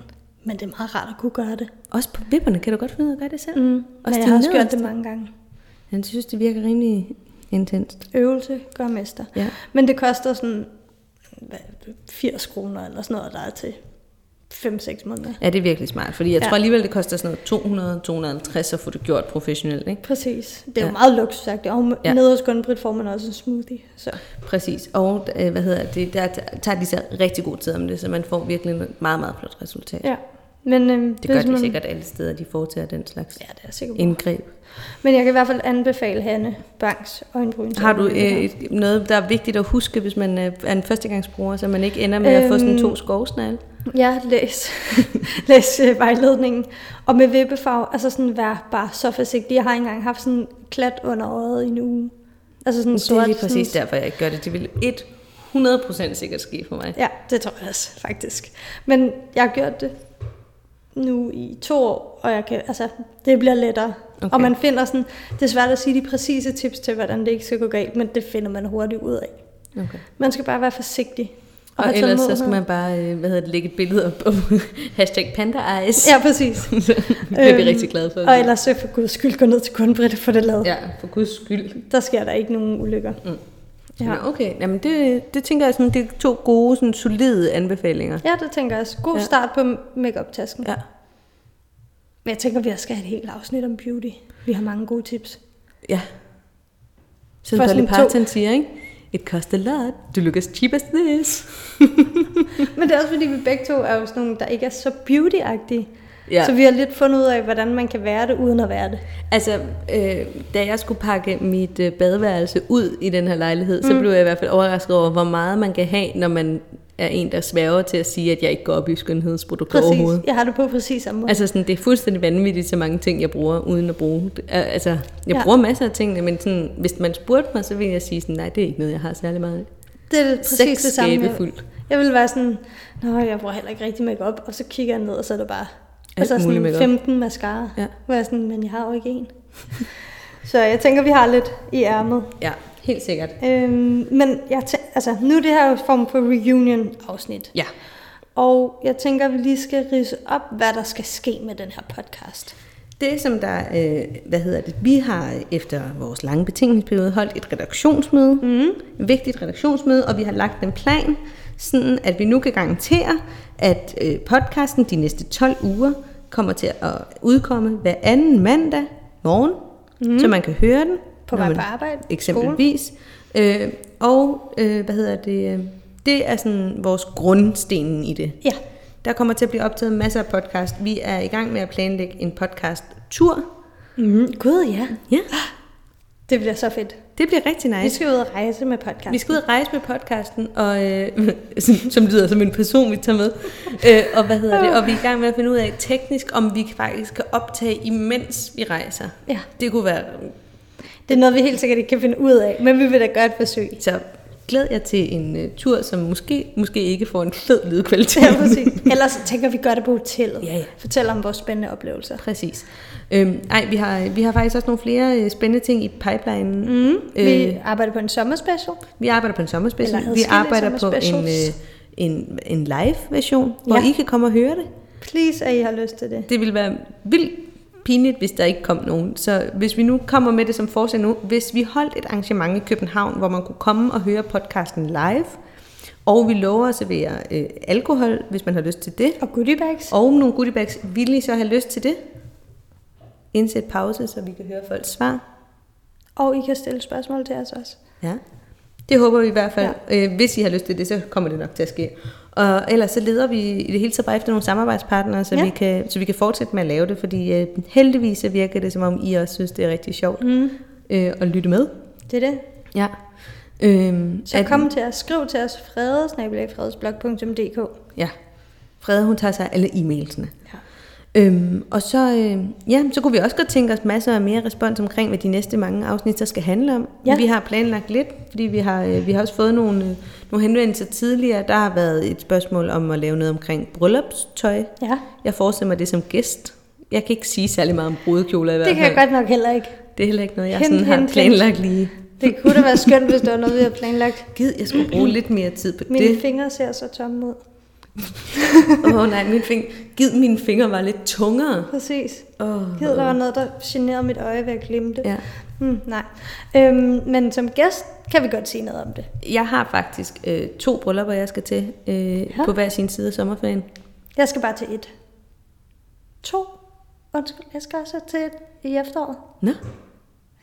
S1: Men det er meget rart at kunne gøre det.
S2: Også på vipperne kan du godt finde ud af at gøre det selv.
S1: Mm. Men
S2: til
S1: jeg har også gjort
S2: nederste.
S1: det mange gange.
S2: Han synes, det virker rimelig intenst.
S1: Øvelse gør mester.
S2: Ja.
S1: Men det koster sådan hvad, er det, 80 kroner eller sådan noget, der er til 5-6 måneder.
S2: ja, det er virkelig smart, fordi jeg
S1: Ja.
S2: ja. tror alligevel, det koster sådan noget 200-250 at få det gjort professionelt. Ikke?
S1: Præcis. Det er ja. jo
S2: Ja.
S1: meget luksusagtigt. Og
S2: Ja.
S1: ja. nede hos Gunbrit får man også en smoothie. Så.
S2: Præcis, og øh, hvad hedder det, der tager de så rigtig god tid om det, så man får virkelig et meget, meget flot resultat.
S1: Ja. Men, øhm,
S2: Det gør
S1: hvis
S2: de
S1: man-
S2: sikkert alle steder, de foretager den slags
S1: Ja, det er jeg sikker på.
S2: indgreb.
S1: Men jeg kan i hvert fald anbefale Hanne Banks øjenbryn.
S2: Har du øh, et- noget, der er vigtigt at huske, hvis man øh, er en førstegangsbruger, så man ikke ender med at få sådan
S1: Øhm.
S2: to skovsnegle?
S1: Ja, læs, læs øh, vejledningen. Og med vippefarve, altså sådan, vær bare så forsigtig. Jeg har ikke engang haft sådan klat under øjet i en uge. Altså sådan
S2: Det er lige præcis
S1: sådan,
S2: derfor, jeg ikke gør det. Det vil 100% sikkert ske for mig.
S1: Ja, det tror jeg også, faktisk. Men jeg har gjort det nu i to år, og jeg kan, altså, det bliver lettere. Okay.
S2: Okay.
S1: Og man finder sådan, det er svært at sige de præcise tips til, hvordan det ikke skal gå galt, men det finder man hurtigt ud af.
S2: Okay.
S1: Man skal bare være forsigtig.
S2: Og,
S1: have
S2: og ellers så
S1: tålmodighed.
S2: skal man bare, øh, hvad hedder det, lægge et billede op på hashtag panda eyes.
S1: Ja, præcis. Øhm,
S2: det bliver vi rigtig glade for.
S1: Og ellers så for guds skyld gå ned til kundbrit og få det lavet. Ja.
S2: Ja, for guds skyld.
S1: Der sker der ikke nogen ulykker.
S2: Mm.
S1: Ja.
S2: Ja. Nå, okay, Jamen, det, det tænker jeg sådan, det er to gode, sådan, solide anbefalinger.
S1: ja, det tænker jeg også. God
S2: Ja.
S1: start på makeup-tasken.
S2: Ja.
S1: Men jeg tænker, vi skal have et helt afsnit om beauty. Vi har mange gode tips.
S2: Ja. Så
S1: For
S2: Dolly
S1: sådan to-
S2: Parton siger, ikke? It costs a lot to look as cheap as this.
S1: Men det er også fordi, vi begge to er jo sådan nogle, der ikke er så beauty
S2: Ja.
S1: Så vi har lidt fundet ud af, hvordan man kan være det, uden at være det.
S2: Altså, øh, da jeg skulle pakke mit øh, badeværelse ud i den her lejlighed, mm. så blev jeg i hvert fald overrasket over, hvor meget man kan have, når man er en, der sværger til at sige, at jeg ikke går op i skønhedsprodukter
S1: Præcis.
S2: overhovedet.
S1: Jeg har det på præcis samme måde.
S2: Altså sådan, det er fuldstændig vanvittigt, så mange ting, jeg bruger, uden at bruge. det. Al- Altså, jeg
S1: Ja.
S2: ja. bruger masser af tingene, men sådan, hvis man spurgte mig, så ville jeg sige sådan, nej, det er ikke noget, jeg har særlig meget.
S1: det er præcis det samme. Jeg,
S2: Sexskabefuldt.
S1: jeg vil være sådan, nå, jeg bruger heller ikke rigtig makeup, og så kigger jeg ned, og så er der bare
S2: Alt
S1: altså
S2: muligt
S1: sådan
S2: makeup.
S1: 15 mascara.
S2: Ja.
S1: Hvor jeg er sådan, men jeg har jo ikke en. så jeg tænker, vi har lidt i ærmet.
S2: Ja, helt sikkert.
S1: Øhm, men jeg tæ- altså, nu er det her jo form for reunion-afsnit.
S2: Ja.
S1: Og jeg tænker, vi lige skal rise op, hvad der skal ske med den her podcast.
S2: Det, som der, øh, hvad hedder det, vi har efter vores lange betingelsesperiode holdt et redaktionsmøde, mm. vigtigt redaktionsmøde, og vi har lagt en plan, sådan at vi nu kan garantere, at øh, podcasten de næste 12 uger kommer til at udkomme hver anden mandag morgen, mm. så man kan høre den.
S1: På
S2: når
S1: vej
S2: man-
S1: på arbejde,
S2: Eksempelvis. Øh, og, øh, hvad hedder det, øh, det er sådan vores grundstenen i det.
S1: Ja,
S2: Der kommer til at blive optaget masser af podcast. Vi er i gang med at planlægge en podcast-tur.
S1: mm, gud ja.
S2: Ja,
S1: Det bliver så fedt.
S2: det bliver rigtig
S1: Vi
S2: nice.
S1: skal ud og rejse med podcasten.
S2: Vi skal ud og rejse med podcasten, og, øh, som- som lyder som en person, vi tager med. Øh, og hvad hedder det? Og vi er i gang med at finde ud af teknisk, om vi faktisk kan optage, imens vi rejser.
S1: Ja.
S2: Det kunne være...
S1: Det er noget, vi helt sikkert ikke kan finde ud af, men vi vil da gøre et forsøg.
S2: Så glæd jer til en øh, tur, som måske, måske ikke får en fed lydkvalitet.
S1: Ja, præcis. Ellers så tænker vi, gør det på hotellet.
S2: ja, ja.
S1: Fortæl om vores spændende oplevelser.
S2: Præcis. Øhm, ej, vi har, vi har faktisk også nogle flere øh, spændende ting i pipelinen.
S1: Mm. Vi
S2: Øh.
S1: arbejder på en sommerspecial.
S2: Vi arbejder på en sommerspecial.
S1: Eller
S2: Vi
S1: adskillige
S2: arbejder på en, øh,
S1: sommerspecials.
S2: en, en live-version, hvor
S1: Ja.
S2: I kan komme og høre det.
S1: Please, at I har lyst til det.
S2: Det ville være vildt pinligt, hvis der ikke kom nogen. Så hvis vi nu kommer med det som forslag nu, hvis vi holdt et arrangement i København, hvor man kunne komme og høre podcasten live, og vi lover at servere øh, alkohol, hvis man har lyst til det,
S1: Og goodie bags.
S2: og nogle goodiebags, vil I så have lyst til det? Indsæt pause, så vi kan høre folks svar.
S1: Og I kan stille spørgsmål til os også.
S2: Ja. Det håber vi i hvert fald. Ja. Øh, hvis I har lyst til det, så kommer det nok til at ske. Og ellers så leder vi i det hele taget bare efter nogle samarbejdspartnere, så,
S1: Ja.
S2: ja. vi kan, så vi kan fortsætte med at lave det, fordi øh, heldigvis så virker det, som om I også synes, det er rigtig sjovt
S1: Mm.
S2: øh, at lytte med.
S1: Det er det.
S2: Ja. Øhm,
S1: Så
S2: at-
S1: kom til os. Skriv til os fredesnabelagfredesblog.dk
S2: Ja. Frede, hun tager sig af alle e-mailsene.
S1: Ja.
S2: Øhm, og så, øh, ja, så kunne vi også godt tænke os masser af mere respons omkring, hvad de næste mange afsnit så skal handle om.
S1: Ja.
S2: Vi har planlagt lidt, fordi vi har, øh, vi har også fået nogle, øh, nogle henvendelser tidligere. Der har været et spørgsmål om at lave noget omkring bryllupstøj.
S1: Ja,
S2: Jeg forestiller mig det som gæst. Jeg kan ikke sige særlig meget om brudekjoler i hvert
S1: det
S2: fald.
S1: kan jeg godt nok heller ikke.
S2: Det er heller ikke noget, jeg
S1: Hint,
S2: sådan har
S1: hint,
S2: planlagt lige.
S1: Det kunne da være skønt, hvis det var noget, vi havde planlagt.
S2: Gid, jeg skulle bruge lidt mere tid på
S1: Mine
S2: det.
S1: fingre ser så tomme ud.
S2: Åh oh, nej, min fing... Gid, mine fingre var lidt tungere.
S1: Præcis.
S2: Oh.
S1: Hed, der var noget, der generede mit øje ved at glemme det.
S2: Ja.
S1: Hmm, nej. Øhm, men som gæst kan vi godt sige noget om det.
S2: Jeg har faktisk øh, to bryllupper, jeg skal til øh,
S1: Ja.
S2: ja. på hver sin side af sommerferien.
S1: Jeg skal bare til et. To. Undskyld, jeg skal også til et i efteråret.
S2: Nå,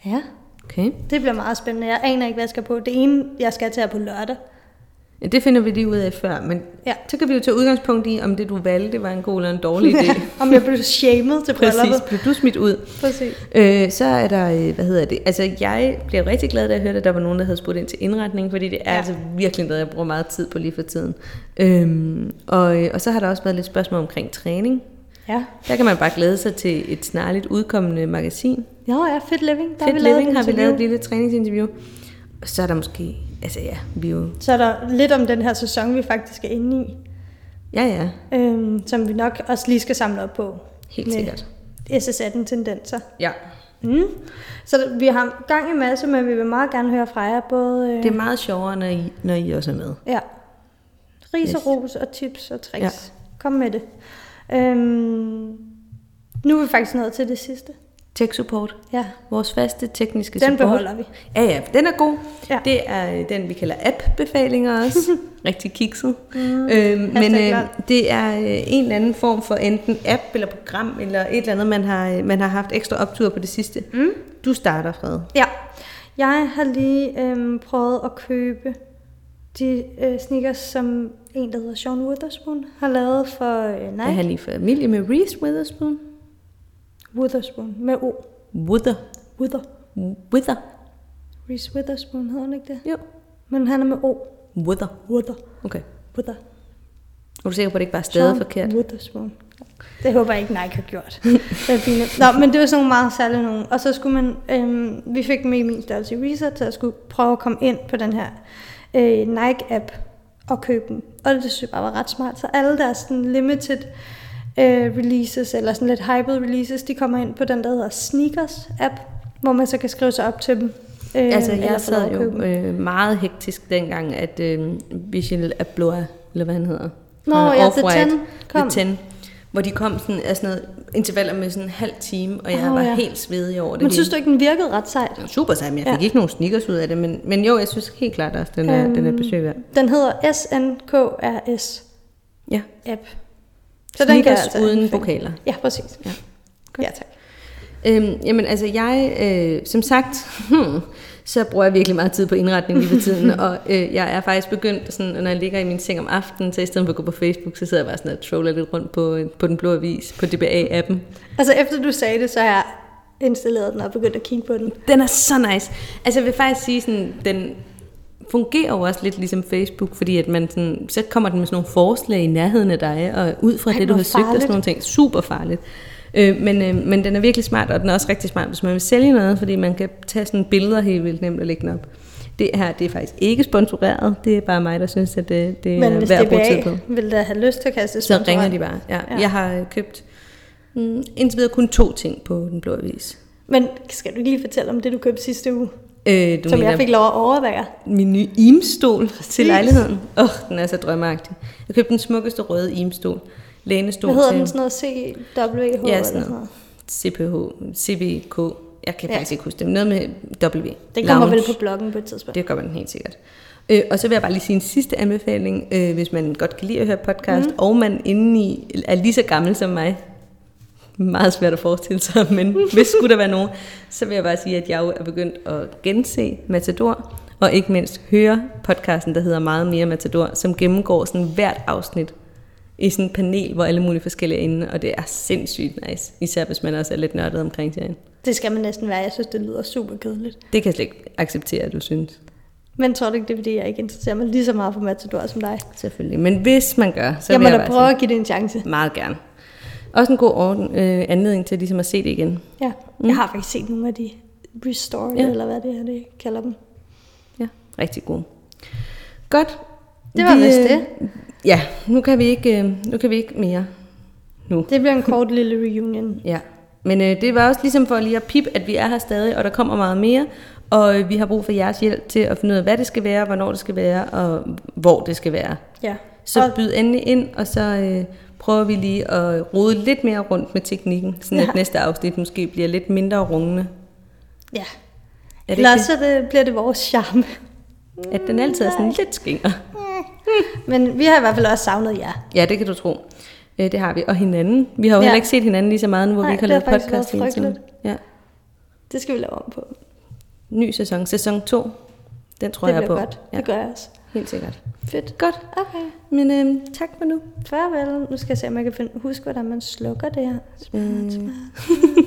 S1: Ja.
S2: okay.
S1: Det bliver meget spændende. Jeg aner ikke, hvad jeg skal på. Det ene, jeg skal til, er på lørdag.
S2: Ja, det finder vi lige ud af før, men
S1: Ja.
S2: ja. så kan vi jo tage udgangspunkt i, om det du valgte var en god eller en dårlig idé.
S1: om jeg blev shamed til brylluppet.
S2: Præcis, blev du smidt ud.
S1: Præcis.
S2: Øh, så er der, øh, hvad hedder det, altså jeg blev rigtig glad, da jeg hørte, at der var nogen, der havde spurgt ind til indretning, fordi det er
S1: Ja.
S2: ja. altså virkelig noget, jeg bruger meget tid på lige for tiden. Øhm, og, øh, og så har der også været lidt spørgsmål omkring træning.
S1: Ja.
S2: Der kan man bare glæde sig til et snarligt udkommende magasin.
S1: Jo, ja, Fit Living. Der
S2: Fit
S1: har vi lavet
S2: Living
S1: et
S2: har vi
S1: interview.
S2: lavet et lille træningsinterview. Og så er der måske, altså ja, vi er jo,
S1: Så er der lidt om den her sæson, vi faktisk er inde i.
S2: ja ja,
S1: Øhm, som vi nok også lige skal samle op på.
S2: helt
S1: Med
S2: sikkert.
S1: SS18-tendenser.
S2: Ja.
S1: Mm. Så der- vi har gang i masse, men vi vil meget gerne høre fra jer. Både øh,
S2: Det er meget sjovere, når I, når I også er med.
S1: ja, ris og
S2: Yes.
S1: ros og tips og tricks. Ja. Kom med det. Øhm, nu er vi faktisk nået til det sidste.
S2: Tech support,
S1: Ja,
S2: vores faste tekniske
S1: den
S2: support.
S1: beholder vi.
S2: Ja ja, den er god.
S1: Ja.
S2: Ja. Det er øh, den, vi kalder app-befalinger også. Rigtig kikset. Mm, øhm, men
S1: hashtag
S2: øh,
S1: lol.
S2: det er øh, en eller anden form for enten app eller program, eller et eller andet, man har, øh, man har haft ekstra optur på det sidste. Mm. Du starter, Fred.
S1: Ja. Jeg har lige øhm, prøvet at købe de øh, sneakers, som en, der hedder Sean Witherspoon, har lavet for øh,
S2: Jeg
S1: Nike.
S2: har lige familie med Reese Witherspoon.
S1: Witherspoon med O.
S2: Wither.
S1: Wither.
S2: Wither.
S1: Reese Witherspoon hedder hun ikke det?
S2: Jo.
S1: Men han er med O.
S2: Wither.
S1: Wither.
S2: Okay.
S1: Wither.
S2: Er du sikker på, at det ikke bare er stadig
S1: Sean
S2: forkert?
S1: Witherspoon. Det håber jeg ikke Nike har gjort. Det er pinligt. Nå, men det var sådan nogle meget særlige nogen. Og så skulle man, øhm, vi fik med min størrelse i research, så jeg skulle prøve at komme ind på den her øh, Nike-app og købe dem. Og det synes jeg bare var ret smart. Så alle deres sådan limited øh, releases, eller sådan lidt hyped releases, de kommer ind på den, der hedder Sneakers-app, hvor man så kan skrive sig op til dem. Øh,
S2: Altså,
S1: eller
S2: jeg
S1: få lov
S2: sad
S1: at købe dem.
S2: jo øh, meget hektisk dengang, at øh, Vigil Abloa, eller hvad han hedder,
S1: Nå,
S2: fra
S1: ja, The
S2: Off-White,
S1: 10 kom.
S2: The 10, hvor de kom sådan, af sådan noget, intervaller med sådan en halv time, og jeg
S1: Åh,
S2: var
S1: ja.
S2: helt svedig over det
S1: Men synes du ikke, den virkede ret sejt?
S2: ikke? Super sej, men jeg fik
S1: Ja.
S2: ja. ikke nogen sneakers ud af det, men, men jo, jeg synes helt klart også, den er, øhm. den er besøg værd.
S1: Den hedder SNKRS.
S2: Ja,
S1: app.
S2: så sneakers den kan
S1: altså
S2: uden
S1: anbefales.
S2: vokaler.
S1: Ja, præcis.
S2: Ja.
S1: Godt. Ja, tak.
S2: Øhm, jamen altså jeg, øh, som sagt, hmm, så bruger jeg virkelig meget tid på indretning lige for tiden, og øh, jeg er faktisk begyndt, sådan, når jeg ligger i min seng om aftenen, så i stedet for at gå på Facebook, så sidder jeg bare sådan og troller lidt rundt på, øh, på den blå avis, på DBA-appen.
S1: Altså efter du sagde det, så har jeg installeret den og begyndt at kigge på den.
S2: Den er så nice. Altså jeg vil faktisk sige, sådan, den fungerer jo også lidt ligesom Facebook, fordi at man sådan, så kommer den med sådan nogle forslag i nærheden af dig, og ud fra
S1: Ej,
S2: Ej, det, du
S1: hvor
S2: har søgt og
S1: farligt.
S2: sådan nogle ting. Super farligt. Øh, men, øh, men den er virkelig smart, og den er også rigtig smart, hvis man vil sælge noget, fordi man kan tage sådan billeder helt vildt nemt og lægge den op. Det her det er faktisk ikke sponsoreret. Det er bare mig, der synes, at det, det
S1: Men
S2: er
S1: hvis
S2: værd at bruge tid
S1: DBA
S2: på.
S1: vil da have lyst til at kaste
S2: Så
S1: sponsorat.
S2: ringer de bare. Ja.
S1: Ja.
S2: ja. Jeg har øh, købt mm, indtil videre kun to ting på Den Blå Avis.
S1: Men skal du ikke lige fortælle om det, du købte sidste uge,
S2: Øh, du
S1: som
S2: mener
S1: jeg fik lov at overvære?
S2: min nye imstol til lejligheden. Åh, oh, den er så drømmeagtig. Jeg købte den smukkeste røde imstol. Lænestol
S1: Hvad hedder
S2: til
S1: den? Sådan noget CWH
S2: Ja,
S1: eller
S2: sådan
S1: sådan noget.
S2: CPH, CVK. Jeg kan ja.
S1: Ja.
S2: faktisk ikke huske det. men Noget med W.
S1: Den kommer
S2: Lounge.
S1: vel på bloggen på et tidspunkt.
S2: Det gør man helt sikkert. Øh, og så vil jeg bare lige sige en sidste anbefaling, øh, hvis man godt kan lide at høre podcast, mm. og man indeni er lige så gammel som mig. Meget svært at forestille sig, men hvis skulle der være nogen, så vil jeg bare sige, at jeg jo er begyndt at gense Matador, og ikke mindst høre podcasten, der hedder Meget Mere Matador, som gennemgår sådan hvert afsnit i sådan et panel, hvor alle mulige forskellige er inde, og det er sindssygt nice, især hvis man også er lidt nørdet omkring serien.
S1: Det skal man næsten være. Jeg synes, det lyder super kedeligt.
S2: Det kan jeg slet ikke acceptere, at du synes.
S1: Men tror du ikke, det er, fordi jeg ikke interesserer mig lige så meget for Matador som dig?
S2: Selvfølgelig. Men hvis man gør, så
S1: jeg
S2: vil
S1: må
S2: jeg
S1: da
S2: bare
S1: prøve at give det en chance.
S2: sige, meget gerne. Også en god orden, øh, anledning til ligesom at se det igen.
S1: Ja. Mm.
S2: Mm.
S1: Jeg har faktisk set nogle af de restored, ja.
S2: Ja.
S1: eller hvad det er, det kalder dem.
S2: Ja, rigtig god. Godt.
S1: Det var
S2: Vi,
S1: vist
S2: øh,
S1: det.
S2: Ja, nu kan vi ikke, øh, nu kan vi ikke mere. Nu.
S1: Det bliver en kort lille reunion.
S2: Ja. Men øh, det var også ligesom for lige at pip, at vi er her stadig, og der kommer meget mere. Og øh, vi har brug for jeres hjælp til at finde ud af, hvad det skal være, hvornår det skal være, og hvor det skal være.
S1: Ja.
S2: Så
S1: Og-
S2: byd endelig ind, og så øh, prøver vi lige at rode lidt mere rundt med teknikken, sådan at
S1: Ja.
S2: næste afsnit måske bliver lidt mindre rungende.
S1: Ja.
S2: Er det
S1: Ellers
S2: ikke
S1: så det, bliver det vores charme.
S2: det? At den altid er sådan lidt skinger.
S1: Men vi har i hvert fald også savnet jer.
S2: Ja, det kan du tro. Øh, det har vi. Og hinanden. Vi har jo
S1: Ja.
S2: ja. heller ikke set hinanden lige så meget nu, hvor
S1: Nej,
S2: vi ikke har
S1: det
S2: lavet
S1: har faktisk
S2: podcast
S1: været
S2: hele tiden.
S1: frygteligt.
S2: Ja.
S1: Det skal vi lave om på.
S2: Ny sæson. Sæson 2. Den tror
S1: det
S2: jeg
S1: bliver
S2: på.
S1: godt.
S2: Ja,
S1: Det gør jeg også.
S2: helt sikkert.
S1: Fedt.
S2: Godt.
S1: Okay.
S2: Men øh, tak for nu.
S1: Mm. Farvel. Nu skal jeg se, om jeg kan finde, huske, hvordan man slukker det her. Smart, smart.